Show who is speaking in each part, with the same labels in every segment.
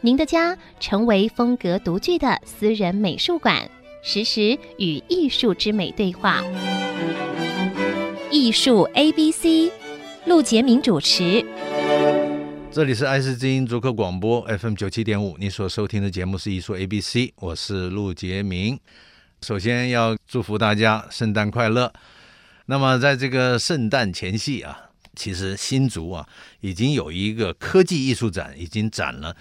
Speaker 1: 您的家成为风格独具的私人美术馆，实时与艺术之美对话。艺术 A B C，陆杰明主持。
Speaker 2: 这里是爱思之音足客广播 FM 九七点五，你所收听的节目是艺术 ABC，我是陆杰明。首先要祝福大家圣诞快乐。那么在这个圣诞前夕啊，其实新竹啊已经有一个科技艺术展，已经展了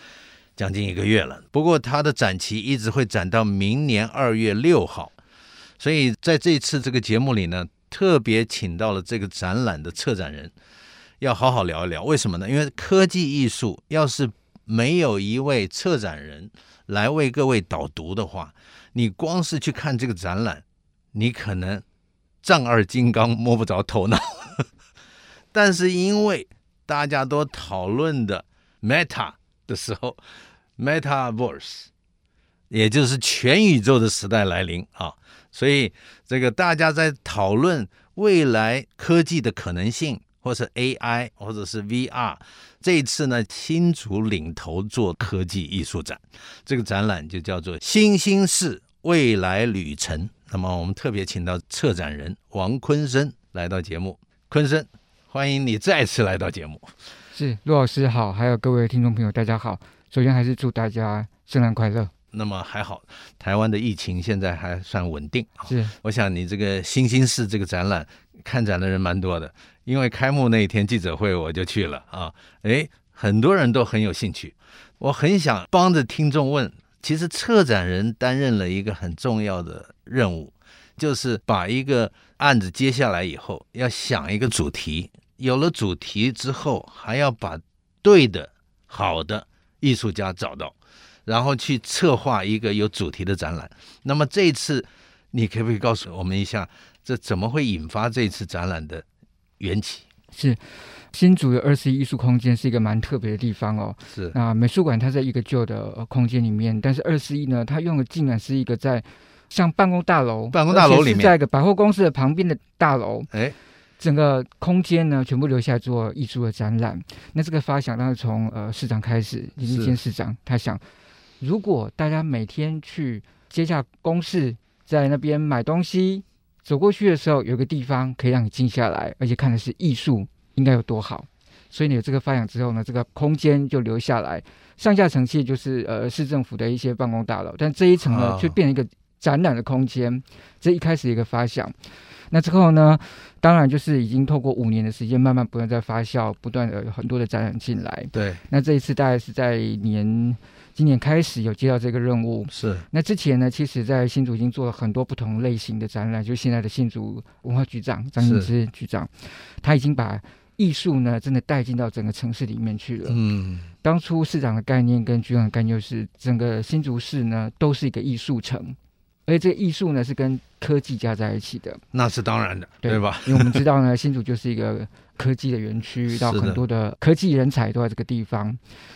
Speaker 2: 将近一个月了。不过它的展期一直会展到明年二月六号，所以在这次这个节目里呢，特别请到了这个展览的策展人。要好好聊一聊，为什么呢？因为科技艺术要是没有一位策展人来为各位导读的话，你光是去看这个展览，你可能丈二金刚摸不着头脑。 但是因为大家都讨论的 Meta 的时候，MetaVerse，也就是全宇宙的时代来临啊，所以这个大家在讨论未来科技的可能性。或是 AI，或者是 VR，这一次呢，新竹领头做科技艺术展，这个展览就叫做“新兴市未来旅程”。那么我们特别请到策展人王坤生来到节目，坤生，欢迎你再次来到节目。
Speaker 3: 是陆老师好，还有各位听众朋友，大家好。首先还是祝大家圣诞快乐。
Speaker 2: 那么还好，台湾的疫情现在还算稳定。啊
Speaker 3: 是，
Speaker 2: 我想你这个新兴市这个展览看展的人蛮多的，因为开幕那一天记者会我就去了啊，诶，很多人都很有兴趣。我很想帮着听众问，其实策展人担任了一个很重要的任务，就是把一个案子接下来以后，要想一个主题，有了主题之后，还要把对的、好的艺术家找到。然后去策划一个有主题的展览。那么这一次，你可不可以告诉我们一下，这怎么会引发这一次展览的缘起？
Speaker 3: 是新竹的二十一艺术空间是一个蛮特别的地方哦。
Speaker 2: 是
Speaker 3: 那美术馆它在一个旧的呃空间里面，但是二十一呢，它用的竟然是一个在像办公大楼，
Speaker 2: 办公大楼
Speaker 3: 而且
Speaker 2: 里
Speaker 3: 是
Speaker 2: 面
Speaker 3: 在一个百货公司的旁边的大楼，
Speaker 2: 哎，
Speaker 3: 整个空间呢全部留下来做艺术的展览。那这个发想当然从呃市长开始，林立
Speaker 2: 是
Speaker 3: 坚市长他想，如果大家每天去接下公事，在那边买东西，走过去的时候有个地方可以让你静下来，而且看的是艺术，应该有多好。所以呢，有这个发想之后呢，这个空间就留下来，上下层其实就是呃市政府的一些办公大楼，但这一层呢
Speaker 2: 哦
Speaker 3: 就变成一个展览的空间。这一开始一个发想，那之后呢，当然就是已经透过五年的时间，慢慢不断在发酵，不断的有很多的展览进来。
Speaker 2: 对，
Speaker 3: 那这一次大概是在年今年开始有接到这个任务。
Speaker 2: 是
Speaker 3: 那之前呢，其实在新竹已经做了很多不同类型的展览，就是现在的新竹文化局长张英之局长，他已经把艺术呢真的带进到整个城市里面去了。
Speaker 2: 嗯，
Speaker 3: 当初市长的概念跟局长的概念就是，整个新竹市呢都是一个艺术城，而且这个艺术呢是跟科技加在一起的。
Speaker 2: 那是当然的，
Speaker 3: 对
Speaker 2: 对吧？
Speaker 3: 因为我们知道呢，新竹就是一个科技的园 区，遇到
Speaker 2: 是的
Speaker 3: 很多的科技人才都在这个地方，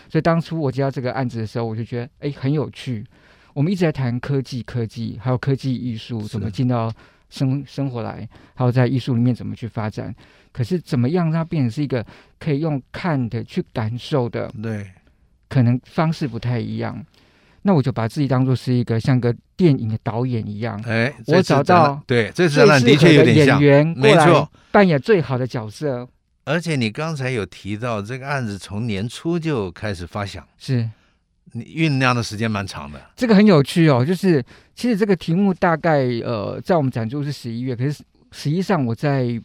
Speaker 3: 所以当初我接到这个案子的时候，我就觉得哎很有趣。我们一直在谈科技，科技还有科技艺术
Speaker 2: 是
Speaker 3: 怎么进到生生活来，还有在艺术里面怎么去发展。可是怎么样让它变成是一个可以用看的去感受的，
Speaker 2: 对，
Speaker 3: 可能方式不太一样。那我就把自己当做是一个像个电影的导演一样，
Speaker 2: 哎，
Speaker 3: 嗯我
Speaker 2: 这次
Speaker 3: 找
Speaker 2: 展览
Speaker 3: 到
Speaker 2: 对，这次
Speaker 3: 最
Speaker 2: 展览的
Speaker 3: 适合
Speaker 2: 确有
Speaker 3: 的
Speaker 2: 点
Speaker 3: 演
Speaker 2: 像。
Speaker 3: 员过
Speaker 2: 没
Speaker 3: 来
Speaker 2: 错
Speaker 3: 扮演最好的角色，
Speaker 2: 而且你刚才有提到这个案子从年初就开始发想，
Speaker 3: 是
Speaker 2: 你酝酿的时间蛮长的。
Speaker 3: 这个很有趣哦。就是其实这个题目大概呃，在我们展出是十一月，可是实际上我在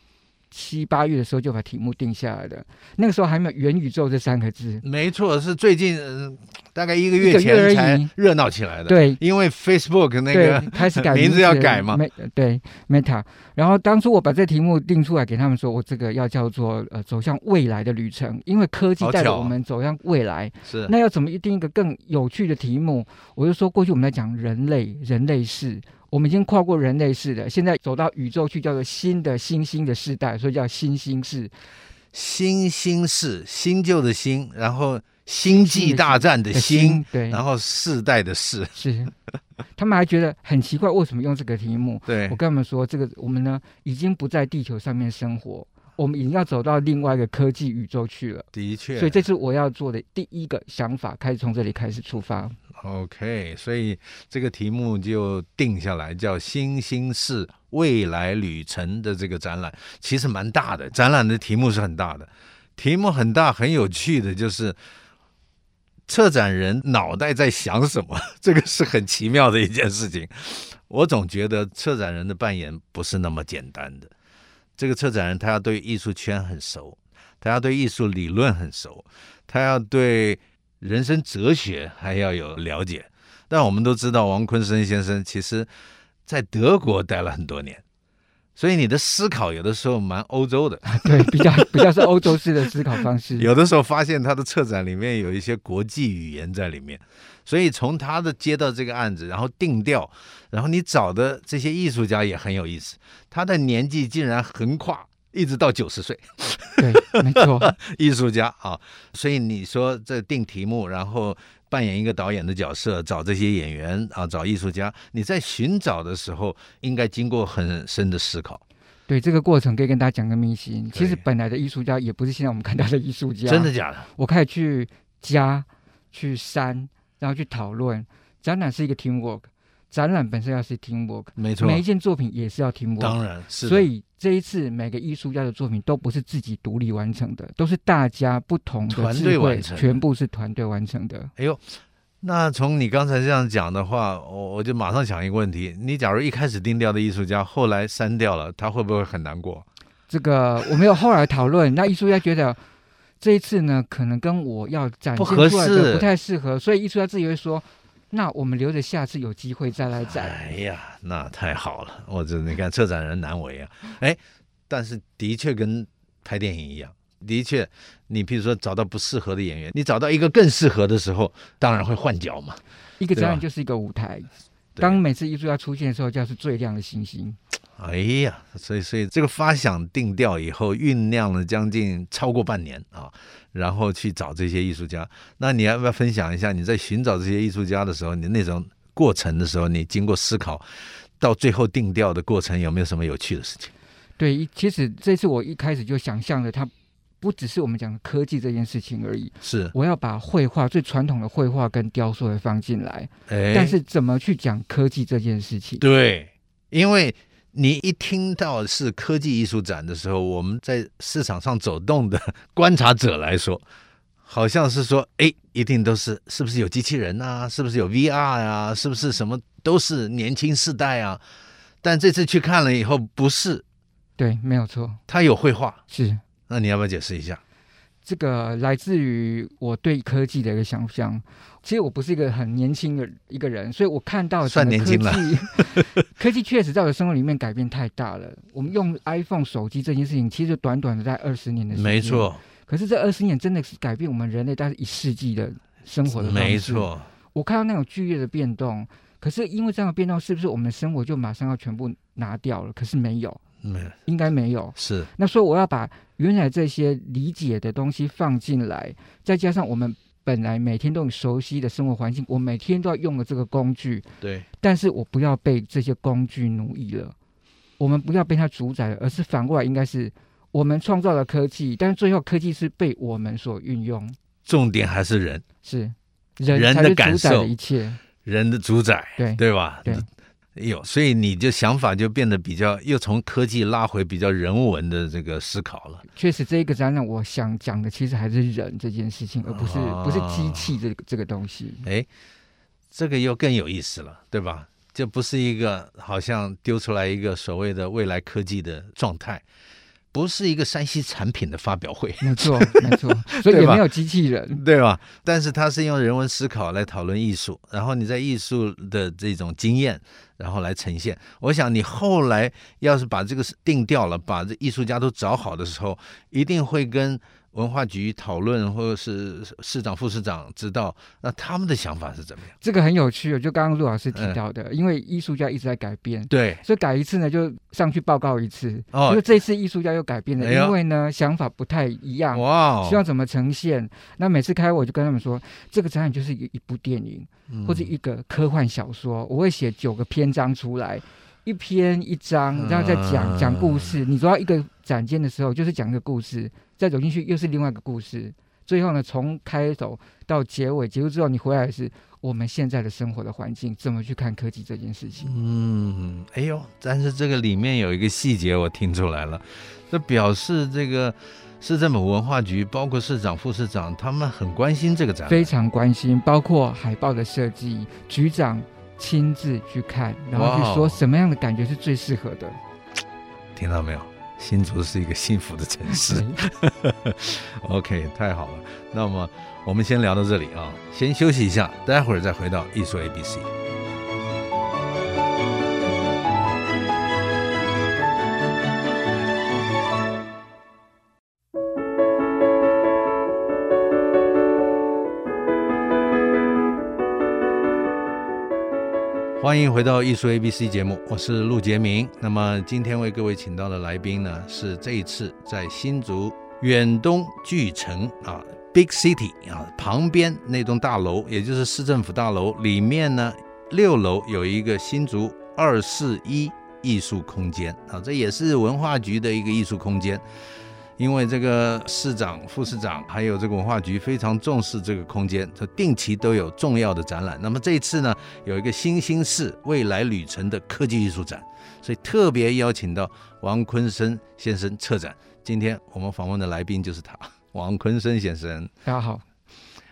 Speaker 3: 七八月的时候就把题目定下来的，那个时候还没有“元宇宙”这三个字。
Speaker 2: 没错，是最近、呃大概一个
Speaker 3: 一
Speaker 2: 月
Speaker 3: 个月而
Speaker 2: 前
Speaker 3: 已
Speaker 2: 才热闹起来的。，
Speaker 3: 对，
Speaker 2: 因为 Facebook 那
Speaker 3: 对，
Speaker 2: 个
Speaker 3: 开始改
Speaker 2: 名字要
Speaker 3: 了
Speaker 2: 改嘛
Speaker 3: ，Me- 对 Meta。然后当初我把这题目定出来给他们说，我这个要叫做呃走向未来的旅程，因为科技
Speaker 2: 好
Speaker 3: 带着
Speaker 2: 巧
Speaker 3: 我
Speaker 2: 啊
Speaker 3: 们走向未来。
Speaker 2: 是
Speaker 3: 那要怎么定一个更有趣的题目？我就说过去我们在讲人类，人类世，我们已经跨过人类世了，现在走到宇宙去，叫做新的新兴的世代，所以叫新兴世。
Speaker 2: 新兴世新旧的新，然后星际大战的星，，
Speaker 3: 呃对，
Speaker 2: 然后世代的世，
Speaker 3: 是， 他们还觉得很奇怪，为什么用这个题目？
Speaker 2: 对
Speaker 3: 我，跟他们说，这个我们呢已经不在地球上面生活，我们已经要走到另外一个科技宇宙去了。
Speaker 2: 的确。
Speaker 3: 所以这是我要做的第一个想法，开始从这里开始出发。
Speaker 2: OK，所以这个题目就定下来，叫“新兴市未来旅程”的这个展览，其实蛮大的。展览的题目是很大的，题目很大，很有趣的就是策展人脑袋在想什么， 这个是很奇妙的一件事情。我总觉得策展人的扮演不是那么简单的。这个策展人他要对艺术圈很熟，他要对艺术理论很熟，他要对人生哲学还要有了解。但我们都知道，王坤生先生其实在德国待了很多年，所以你的思考有的时候蛮欧洲的，
Speaker 3: 对，比较比较是欧洲式的思考方 式。
Speaker 2: 有的时候发现他的策展里面有一些国际语言在里面，所以从他的接到这个案子，然后定调，然后你找的这些艺术家也很有意思，他的年纪竟然横跨一直到九十岁。
Speaker 3: 对，没错，
Speaker 2: 艺术家啊，所以你说这定题目，然后扮演一个导演的角色，找这些演员啊，找艺术家，你在寻找的时候应该经过很深的思考，
Speaker 3: 对这个过程可以跟大家讲个秘辛。其实
Speaker 2: 可以
Speaker 3: 本来的艺术家也不是现在我们看到的艺术家，
Speaker 2: 真的假的？
Speaker 3: 我开始去家、去山，然后去讨论。展览是一个 team work，展览本身要是 team work，
Speaker 2: 没错，
Speaker 3: 每一件作品也是要 team work。
Speaker 2: 当然是的，
Speaker 3: 所以这一次每个艺术家的作品都不是自己独立完成的，都是大家不同的
Speaker 2: 团
Speaker 3: 智
Speaker 2: 队
Speaker 3: 慧
Speaker 2: 完成的
Speaker 3: 全部是团队完成的。
Speaker 2: 哎呦，那从你刚才这样讲的话，我我就马上想一个问题：你假如一开始定调的艺术家，后来删掉了，他会不会很难过？
Speaker 3: 这个我们有后来讨论，那艺术家觉得。这一次呢，可能跟我要展
Speaker 2: 不
Speaker 3: 现
Speaker 2: 合
Speaker 3: 出来
Speaker 2: 适
Speaker 3: 的不太适合，所以艺术家自己会说：“那我们留着下次有机会再来展。”
Speaker 2: 哎呀，那太好了！我这你看，策展人难为啊。 哎，但是的确跟拍电影一样，的确，你譬如说找到不适合的演员，你找到一个更适合的时候，当然会换角嘛。
Speaker 3: 一个
Speaker 2: 对
Speaker 3: 展
Speaker 2: 吧
Speaker 3: 览就是一个舞台。
Speaker 2: 对
Speaker 3: 当每次艺术家出现的时候，就是最亮的星星。
Speaker 2: 哎呀，所以所以这个发想定调以后，酝酿了将近超过半年啊，然后去找这些艺术家。那你要不要分享一下你在寻找这些艺术家的时候，你那种过程的时候，你经过思考到最后定调的过程，有没有什么有趣的事情？
Speaker 3: 对，一其实这次我一开始就想象了，它不只是我们讲的科技这件事情而已。
Speaker 2: 是，
Speaker 3: 我要把绘画最传统的绘画跟雕塑也放进来，
Speaker 2: 哎，
Speaker 3: 但是怎么去讲科技这件事情？
Speaker 2: 对，因为你一听到是科技艺术展的时候，我们在市场上走动的 观察者来说，好像是说，哎，一定都是是不是有机器人啊，是不是有 VR 啊，是不是什么都是年轻世代啊？但这次去看了以后，不是，
Speaker 3: 对，没有错，
Speaker 2: 它有绘画，
Speaker 3: 是
Speaker 2: 那你要不要解释一下？
Speaker 3: 这个来自于我对科技的一个想象。其实我不是一个很年轻的一个人，所以我看到
Speaker 2: 算
Speaker 3: 整个
Speaker 2: 年轻了
Speaker 3: 科技，科技 确实在我的生活里面改变太大了。我们用 iPhone 手机这件事情，其实短短的在二十年的时间，
Speaker 2: 没。错，
Speaker 3: 可是这二十年真的是改变我们人类大概一世纪的生活的方式。
Speaker 2: 没，错，
Speaker 3: 我看到那种剧烈的变动，可是因为这样的变动，是不是我们的生活就马上要全部拿掉了？可是没有，
Speaker 2: 嗯，
Speaker 3: 应该没有。
Speaker 2: 是
Speaker 3: 那所以我要把原来这些理解的东西放进来，再加上我们本来每天都很熟悉的生活环境，我每天都要用的这个工具，
Speaker 2: 对，
Speaker 3: 但是我不要被这些工具奴役了，我们不要被它主宰了，而是反过来应该是我们创造了科技，但是最后科技是被我们所运用，
Speaker 2: 重点还是人，
Speaker 3: 是人
Speaker 2: 人
Speaker 3: 才
Speaker 2: 的
Speaker 3: 是
Speaker 2: 感
Speaker 3: 主宰
Speaker 2: 受
Speaker 3: 了一切，
Speaker 2: 人的主宰。
Speaker 3: 对
Speaker 2: 对吧？
Speaker 3: 对，
Speaker 2: 有，所以你就想法就变得比较，又从科技拉回比较人文的这个思考了。
Speaker 3: 确实这一个展览我想讲的其实还是人这件事情，而不是、不是机
Speaker 2: 啊
Speaker 3: 器这个这个东西，
Speaker 2: 哎，这个又更有意思了，对吧？这不是一个好像丢出来一个所谓的未来科技的状态，不是一个山西产品的发表会，
Speaker 3: 没错，没错，所以
Speaker 2: 对
Speaker 3: 也
Speaker 2: 吧
Speaker 3: 没有机器 人，
Speaker 2: 对吧？但是它是用人文思考来讨论艺术，然后你在艺术的这种经验，然后来呈现。我想你后来要是把这个定掉了，把这艺术家都找好的时候，一定会跟文化局讨论，或者是市长、副市长知道，那他们的想法是怎么样？
Speaker 3: 这个很有趣哦。就刚刚陆老师提
Speaker 2: 嗯
Speaker 3: 到的，因为艺术家一直在改变，
Speaker 2: 对，
Speaker 3: 所以改一次呢，就上去报告一次。
Speaker 2: 哦
Speaker 3: 因为这次艺术家又改变了，
Speaker 2: 哎呀
Speaker 3: 因为呢想法不太一样，
Speaker 2: 哇哦，
Speaker 3: 希望怎么呈现。那每次开会我就跟他们说，这个展览就是一一部电影
Speaker 2: 嗯
Speaker 3: 或者一个科幻小说，我会写九个篇章出来。一篇一章，然后再讲
Speaker 2: 嗯
Speaker 3: 讲故事。你走到一个展间的时候，就是讲一个故事，再走进去又是另外一个故事。最后呢，从开头到结尾，结束之后你回来是我们现在的生活的环境，怎么去看科技这件事情。
Speaker 2: 嗯，哎呦，但是这个里面有一个细节我听出来了，这表示这个市政府文化局包括市长、副市长他们很关心这个展览
Speaker 3: 非。常关心，包括海报的设计，局长亲自去看，然后
Speaker 2: 哇
Speaker 3: 去
Speaker 2: 哦
Speaker 3: 说什么样的感觉是最适合的。
Speaker 2: 听到没有？新竹是一个幸福的城 市。OK，太好了。那么我们先聊到这里啊，先休息一下，待会儿再回到艺术 ABC。欢迎回到艺术 ABC 节目，我是陆杰明。那么今天为各位请到的来宾呢，是这一次在新竹远东巨城啊 Big City 啊旁边那栋大楼，也就是市政府大楼里面呢，六楼有一个新竹二四一艺术空间啊，这也是文化局的一个艺术空间。因为这个市长、副市长还有这个文化局非常重视这个空间，就定期都有重要的展览。那么这一次呢，有一个新兴市未来旅程的科技艺术展，所以特别邀请到王坤生先生策展。今天我们访问的来宾就是他， 王坤生先生。
Speaker 3: 大家好，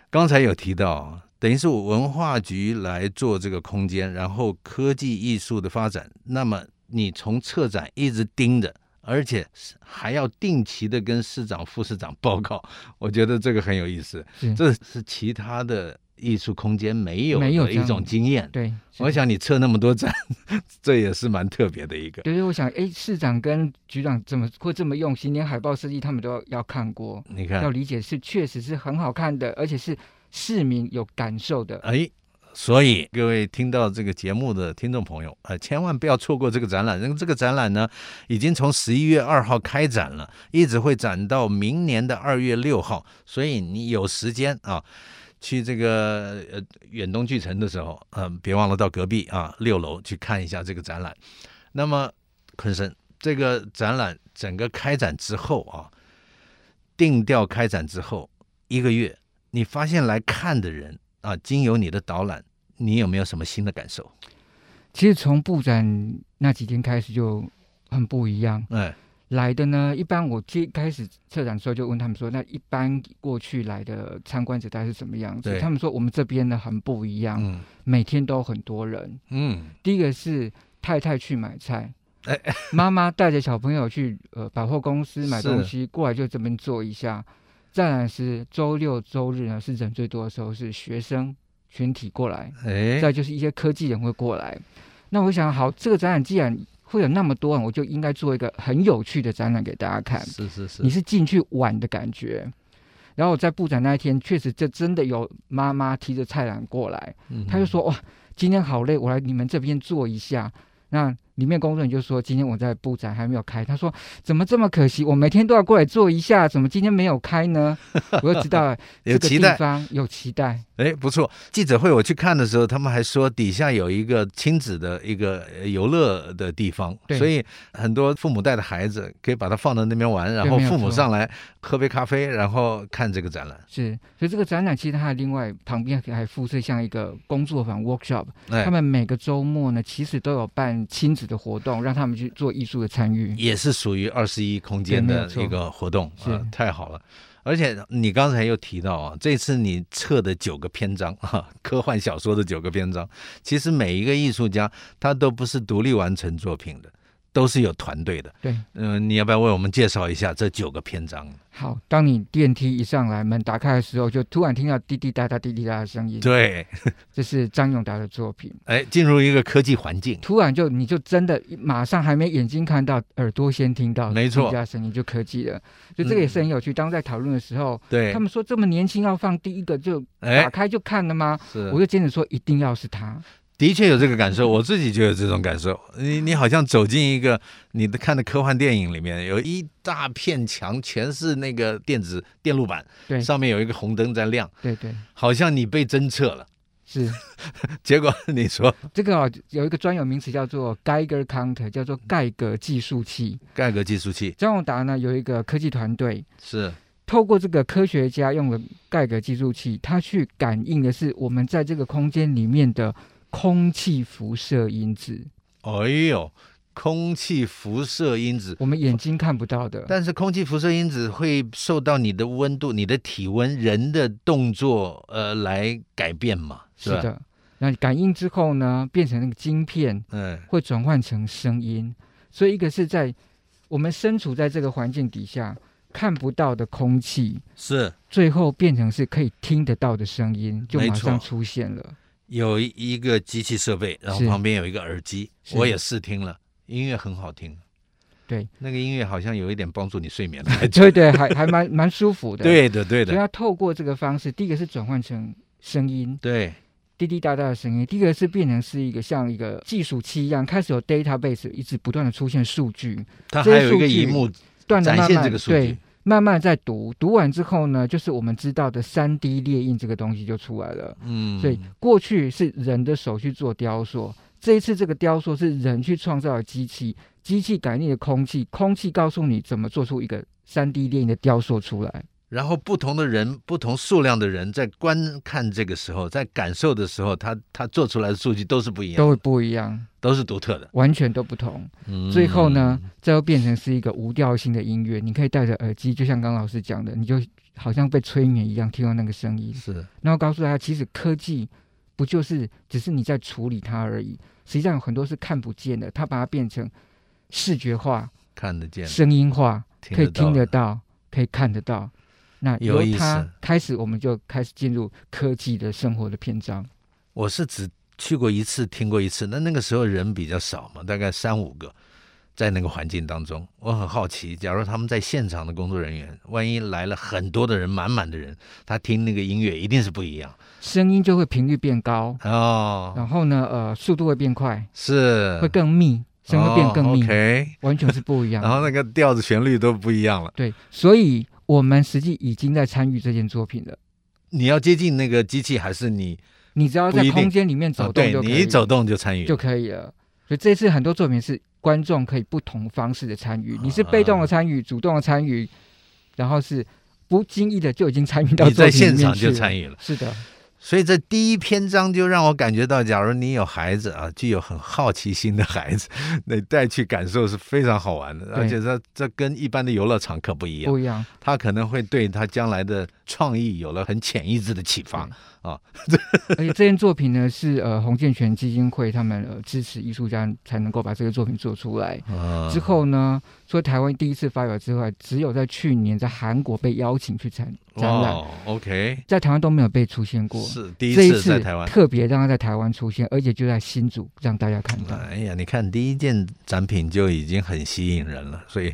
Speaker 2: 刚才有提到，等于是文化局来做这个空间，然后科技艺术的发展，那么你从策展一直盯着。而且是还要定期的跟市长、副市长报告， 我觉得这个很有意思
Speaker 3: 是。
Speaker 2: 这是其他的艺术空间没有
Speaker 3: 没有
Speaker 2: 的
Speaker 3: 这
Speaker 2: 一
Speaker 3: 样
Speaker 2: 种经验。
Speaker 3: 对，
Speaker 2: 我想你测那么多展， 这也是蛮特别的一个。
Speaker 3: 就是我想，哎，市长跟局长怎么会这么用心，连海报设计他们都要看过，
Speaker 2: 你
Speaker 3: 要
Speaker 2: 看，
Speaker 3: 理解是确实是很好看的，而且是市民有感受的。
Speaker 2: 哎，所以各位听到这个节目的听众朋友，呃，千万不要错过这个展览。因为这个展览呢，已经从十一月二号开展了，一直会展到明年的二月六号，所以你有时间啊。去这个呃远东巨城的时候，嗯、别忘了到隔壁啊六楼去看一下这个展览。那么，坤生，这个展览整个开展之后啊，定调开展之后一个月，你发现来看的人啊，经由你的导览，你有没有什么新的感受？
Speaker 3: 其实从布展那几天开始就很不一样，
Speaker 2: 哎，
Speaker 3: 来的呢，一般我最开始策展的时候就问他们说，那一般过去来的参观者大概是什么样子
Speaker 2: 对？
Speaker 3: 他们说我们这边呢很不一样，
Speaker 2: 嗯
Speaker 3: 每天都很多人。
Speaker 2: 嗯，
Speaker 3: 第一个是太太去买菜
Speaker 2: 哎，
Speaker 3: 妈妈带着小朋友去呃百货公司买
Speaker 2: 是
Speaker 3: 东西，过来就这边坐一下。再来是周六周日呢是人最多的时候，是学生群体过来，
Speaker 2: 哎，
Speaker 3: 再就是一些科技人会过来。那我想，好，这个展览既然会有那么多人，我就应该做一个很有趣的展览给大家看。
Speaker 2: 是是是，
Speaker 3: 你是进去玩的感觉。然后我在布展那一天，确实这真的有妈妈提着菜篮过来，
Speaker 2: 嗯
Speaker 3: 她就说：“哇，今天好累，我来你们这边坐一下。”那里面工作人员就说：“今天我在布展还没有开。”他说：“怎么这么可惜？我每天都要过来坐一下，怎么今天没有开 呢？”我就知道了这
Speaker 2: 有
Speaker 3: 个
Speaker 2: 期
Speaker 3: 地
Speaker 2: 待，
Speaker 3: 方有期待，
Speaker 2: 哎，不错。记者会我去看的时候，他们还说底下有一个亲子的一个呃游乐的地方，
Speaker 3: 对
Speaker 2: 所以很多父母带的孩子可以把它放到那边玩，然
Speaker 3: 对
Speaker 2: 后
Speaker 3: 没有
Speaker 2: 父母
Speaker 3: 错
Speaker 2: 上来喝杯咖啡，然后看这个展览。哎
Speaker 3: 是。所以这个展览其实它另外旁边还附设像一个工作坊 workshop，
Speaker 2: 哎
Speaker 3: 他，们每个周末呢其实都有办亲子的活动，让他们去做艺术的参与。
Speaker 2: 也是属于二十一空间
Speaker 3: 对没
Speaker 2: 的
Speaker 3: 有错
Speaker 2: 一个活动啊、
Speaker 3: 是
Speaker 2: 太好了！而且你刚才又提到啊，这次你测的九个篇章 啊，科幻小说的九个篇章，其实每一个艺术家他都不是独立完成作品的，都是有团队的。
Speaker 3: 对，
Speaker 2: 嗯、你要不要为我们介绍一下这九个篇章？
Speaker 3: 好，当你电梯一上来，门打开的时候，就突然听到滴滴答答、滴滴答答的声音。
Speaker 2: 对，
Speaker 3: 这是张永达的作品。
Speaker 2: 哎，进入一个科技环境，
Speaker 3: 突然就你就真的马上还没眼睛看到，耳朵先听到，
Speaker 2: 没错
Speaker 3: 滴答声音就科技了。就这个也是很有趣。当在讨论的时候，
Speaker 2: 对
Speaker 3: 他，们说这么年轻要放第一个就打
Speaker 2: 哎，
Speaker 3: 开就看了吗？
Speaker 2: 是
Speaker 3: 我就坚持说一定要是他。
Speaker 2: 的确有这个感受，我自己就有这种感受。你你好像走进一个你的看的科幻电影里面，有一大片墙全是那个电子电路板，
Speaker 3: 对
Speaker 2: 上面有一个红灯在亮，
Speaker 3: 对对，
Speaker 2: 好像你被侦测了。
Speaker 3: 是
Speaker 2: 结果你说
Speaker 3: 这个哦，有一个专有名词叫做 Geiger counter，叫做盖格计数器。
Speaker 2: 盖格计数器
Speaker 3: 张永达呢有一个科技团队，
Speaker 2: 是
Speaker 3: 透过这个科学家用的盖格计数器，它去感应的是我们在这个空间里面的空气辐射因子，
Speaker 2: 哎呦，空气辐射因子，
Speaker 3: 我们眼睛看不到的。
Speaker 2: 但是空气辐射因子会受到你的温度、你的体温、人的动作呃来改变嘛？
Speaker 3: 是
Speaker 2: 吧？
Speaker 3: 的，那感应之后呢，变成那个晶片
Speaker 2: 嗯，
Speaker 3: 会转换成声音，所以一个是在我们身处在这个环境底下看不到的空气，
Speaker 2: 是
Speaker 3: 最后变成是可以听得到的声音，就
Speaker 2: 没
Speaker 3: 马上
Speaker 2: 错
Speaker 3: 出现了。
Speaker 2: 有一个机器设备，然后
Speaker 3: 是
Speaker 2: 旁边有一个耳机，
Speaker 3: 是
Speaker 2: 我也试听了，音乐很好听。
Speaker 3: 对，
Speaker 2: 那个音乐好像有一点帮助你睡眠的感觉。
Speaker 3: 呃对对，还还蛮蛮舒服的。，
Speaker 2: 对的，对
Speaker 3: 所以
Speaker 2: 的，
Speaker 3: 要透过这个方式，第一个是转换成声音，
Speaker 2: 对，
Speaker 3: 滴滴答答的声音；第一个是变成是一个像一个计数器一样，开始有 database 一直不断的出现数据，
Speaker 2: 它
Speaker 3: 这
Speaker 2: 还有
Speaker 3: 些
Speaker 2: 一个
Speaker 3: 数据
Speaker 2: 荧幕
Speaker 3: 不断的
Speaker 2: 展
Speaker 3: 慢
Speaker 2: 现
Speaker 3: 慢
Speaker 2: 这个数据
Speaker 3: 对。，慢慢在读，读完之后呢，就是我们知道的三 D 列印这个东西就出来了。
Speaker 2: 嗯，
Speaker 3: 所以过去是人的手去做雕塑，这一次这个雕塑是人去创造的机器，机器感应的空气，空气告诉你怎么做出一个三 D 列印的雕塑出来。
Speaker 2: 然后不同的人、不同数量的人在观看这个时候，在感受的时候，他他做出来的数据都是不一样
Speaker 3: 都
Speaker 2: 的，
Speaker 3: 会不一样，
Speaker 2: 都是独特的。
Speaker 3: 完全都不同。
Speaker 2: 嗯
Speaker 3: 最后呢，，这又变成是一个无调性的音乐，你可以戴着耳机，就像刚刚老师讲的，你就好像被催眠一样听到那个声音。
Speaker 2: 是
Speaker 3: 然后告诉大家，其实科技不就是只是你在处理它而已，实际上有很多是看不见的，它把它变成视觉化、
Speaker 2: 看得见的，
Speaker 3: 声音化，可以
Speaker 2: 听
Speaker 3: 听
Speaker 2: 得
Speaker 3: 得
Speaker 2: 到的。
Speaker 3: 到，可以看得到。那
Speaker 2: 有
Speaker 3: 由
Speaker 2: 意
Speaker 3: 它
Speaker 2: 思
Speaker 3: 开始，我们就开始进入科技的生活的篇章。
Speaker 2: 我是只去过一次，听过一次。那那个时候人比较少嘛，大概三五个，在那个环境当中，我很好奇，假如他们在现场的工作人员，万一来了很多的人，满满的人，他听那个音乐一定是不一样
Speaker 3: 声音就会频率变高，
Speaker 2: 哦，
Speaker 3: 然后呢，呃，速度会变快，
Speaker 2: 是
Speaker 3: 会更密，声音会变更
Speaker 2: 哦
Speaker 3: 密，
Speaker 2: ，OK，
Speaker 3: 完全是不一样 的。
Speaker 2: 然后那个调子旋律都不一样了。
Speaker 3: 对，所以我们实际已经在参与这件作品了。
Speaker 2: 你要接近那个机器，还是你
Speaker 3: 你只要
Speaker 2: 不
Speaker 3: 在
Speaker 2: 一定
Speaker 3: 空间里面
Speaker 2: 哦
Speaker 3: 走动
Speaker 2: 对
Speaker 3: 就可以，
Speaker 2: 你一走动就参与
Speaker 3: 就可以了。所以这次很多作品是观众可以不同方式的参
Speaker 2: 啊
Speaker 3: 与，你是被动的参与、主动的参与，然后是不经意的就已经参与到
Speaker 2: 你在
Speaker 3: 作品里
Speaker 2: 现
Speaker 3: 面
Speaker 2: 场
Speaker 3: 去
Speaker 2: 就
Speaker 3: 了
Speaker 2: 参与了。哎
Speaker 3: 是的，
Speaker 2: 所以这第一篇章就让我感觉到，假如你有孩子啊，具有很好奇心的孩子，那带去感受是非常好玩的，而且这这跟一般的游乐场可不一样
Speaker 3: 不，一样。
Speaker 2: 他可能会对他将来的创意有了很潜意识的启发。 嗯
Speaker 3: 而且这件作品呢，是呃洪建全基金会他们呃支持艺术家才能够把这个作品做出来。
Speaker 2: 嗯
Speaker 3: 之后呢，除了台湾第一次发表之外，只有在去年在韩国被邀请去参展览，
Speaker 2: 哇，OK，哦
Speaker 3: 在台湾都没有被出现过。
Speaker 2: 是第一
Speaker 3: 这一
Speaker 2: 次
Speaker 3: 次
Speaker 2: 在台湾。
Speaker 3: 特别让他在台湾出现，而且就在新竹让大家看到。
Speaker 2: 哎呀，你看第一件展品就已经很吸引人了，所以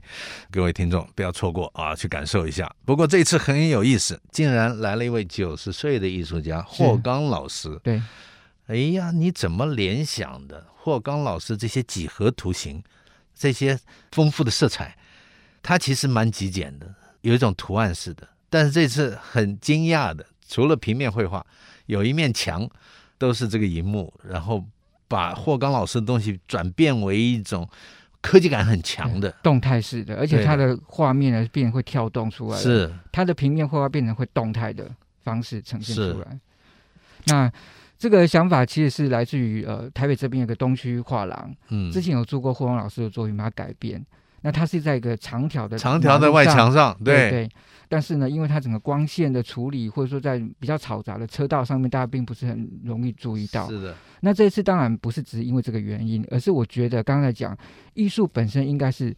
Speaker 2: 各位听众不要错过啊，去感受一下。不过这次很有意思，竟然来了一位九十岁的艺术家
Speaker 3: 是
Speaker 2: 霍刚老师。
Speaker 3: 对，
Speaker 2: 哎呀，你怎么联想的？霍刚老师这些几何图形，这些丰富的色彩，它其实蛮极简的，有一种图案式的。但是这次很惊讶的，除了平面绘画，有一面墙都是这个荧幕，然后把霍刚老师的东西转变为一种科技感很强的，
Speaker 3: 动态式的，而且
Speaker 2: 对
Speaker 3: 它的画面呢变会跳动出来，
Speaker 2: 是
Speaker 3: 它的平面绘画变成会动态的方式呈现
Speaker 2: 是
Speaker 3: 出来。那这个想法其实是来自于呃台北这边有个东区画廊，
Speaker 2: 嗯
Speaker 3: 之前有做过霍光老师的作品，把它改编。那它是在一个长条的
Speaker 2: 长条的外
Speaker 3: 马路上
Speaker 2: 墙上，
Speaker 3: 对
Speaker 2: 对，
Speaker 3: 但是呢，因为它整个光线的处理，或者说在比较嘈杂的车道上面，大家并不是很容易注意到。
Speaker 2: 是的，
Speaker 3: 那这一次当然不是只是因为这个原因，而是我觉得刚才讲艺术本身应该是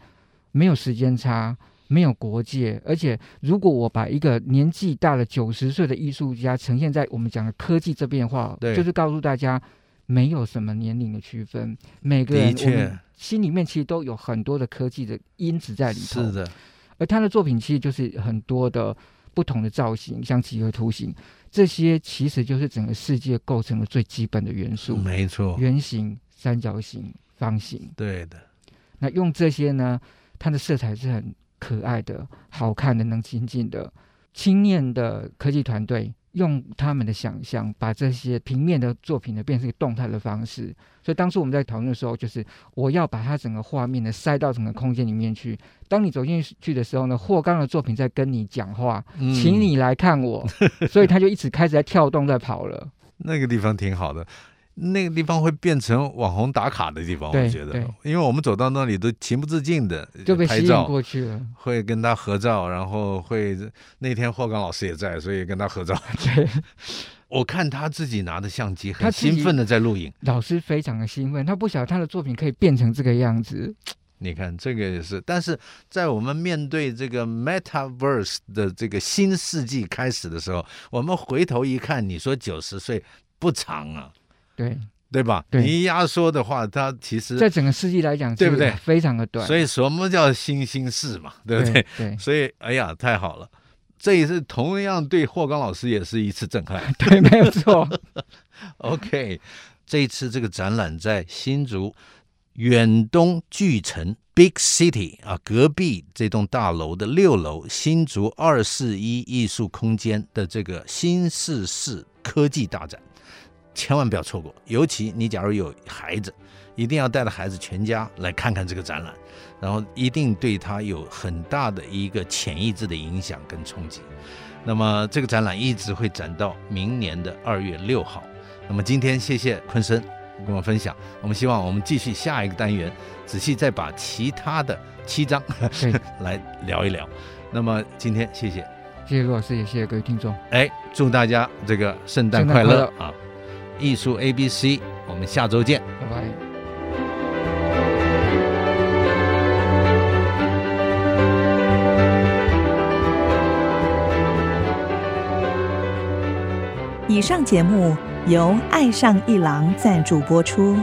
Speaker 3: 没有时间差。没有国界，而且如果我把一个年纪大了九十岁的艺术家呈现在我们讲的科技这边的话，
Speaker 2: 对
Speaker 3: 就是告诉大家没有什么年龄的区分，每个
Speaker 2: 的
Speaker 3: 人我
Speaker 2: 确
Speaker 3: 们心里面其实都有很多的科技的因子在里头。
Speaker 2: 是的，
Speaker 3: 而他的作品其实就是很多的不同的造型，像几何图形，这些其实就是整个世界构成的最基本的元素：
Speaker 2: 没错，
Speaker 3: 圆形、三角形、方形。
Speaker 2: 对的，
Speaker 3: 那用这些呢，它的色彩是很可爱的、好看的、能亲近的。青年的科技团队用他们的想象，把这些平面的作品呢变成一个动态的方式。所以当时我们在讨论的时候，就是我要把它整个画面呢塞到整个空间里面去。当你走进去的时候呢，霍刚的作品在跟你讲话，
Speaker 2: 嗯
Speaker 3: 请你来 看我，所以他就一直开始在跳动，在跑了。
Speaker 2: 那个地方挺好的，那个地方会变成网红打卡的地方，
Speaker 3: 对
Speaker 2: 我觉得
Speaker 3: 对，
Speaker 2: 因为我们走到那里都情不自禁的
Speaker 3: 就被
Speaker 2: 拍
Speaker 3: 吸引
Speaker 2: 照，
Speaker 3: 过去了，
Speaker 2: 会跟他合照，然后会那天霍刚老师也在，所以跟他合照。
Speaker 3: 对，
Speaker 2: 我看他自己拿着相机，很
Speaker 3: 他自己
Speaker 2: 兴奋的在录影。
Speaker 3: 老师非常的兴奋，他不晓得他的作品可以变成这个样子，
Speaker 2: 你看这个也是，但是在我们面对这个 Metaverse 的这个新世纪开始的时候，我们回头一看，你说九十岁不长啊，
Speaker 3: 对，
Speaker 2: 对吧？
Speaker 3: 对
Speaker 2: 你一压缩的话，它其实
Speaker 3: 在整个世纪来讲，
Speaker 2: 对不对
Speaker 3: 非常的短，
Speaker 2: 所
Speaker 3: 以
Speaker 2: 以什么叫新兴事嘛，对不对？
Speaker 3: 对对
Speaker 2: 所以哎呀，太好了，这也是同样对霍刚老师也是一次震撼。
Speaker 3: 对， 没有错，
Speaker 2: OK，这一次这个展览在新竹远东巨城 Big City 啊，隔壁这栋大楼的六楼新竹二四一艺术空间的这个新世式科技大展，千万不要错过。尤其你假如有孩子，一定要带着孩子全家来看看这个展览，然后一定对他有很大的一个潜意识的影响跟冲击。那么这个展览一直会展到明年的二月六号。那么今天谢谢坤生跟我们分享，我们希望我们继续下一个单元，仔细再把其他的七章
Speaker 3: 对，
Speaker 2: 来聊一聊。那么今天谢谢，
Speaker 3: 谢谢罗老师，也谢谢各位听众，
Speaker 2: 哎，祝大家这个圣诞
Speaker 3: 圣诞
Speaker 2: 快乐
Speaker 3: 快
Speaker 2: 啊！艺术 A B C，我们下周见。
Speaker 3: 拜拜。
Speaker 4: 以上节目由爱上一郎赞助播出，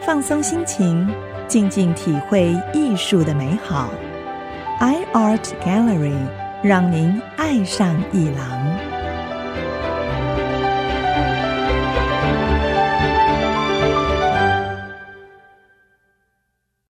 Speaker 4: 放松心情，静静体会艺术的美好。iArt Gallery 让您爱上一郎。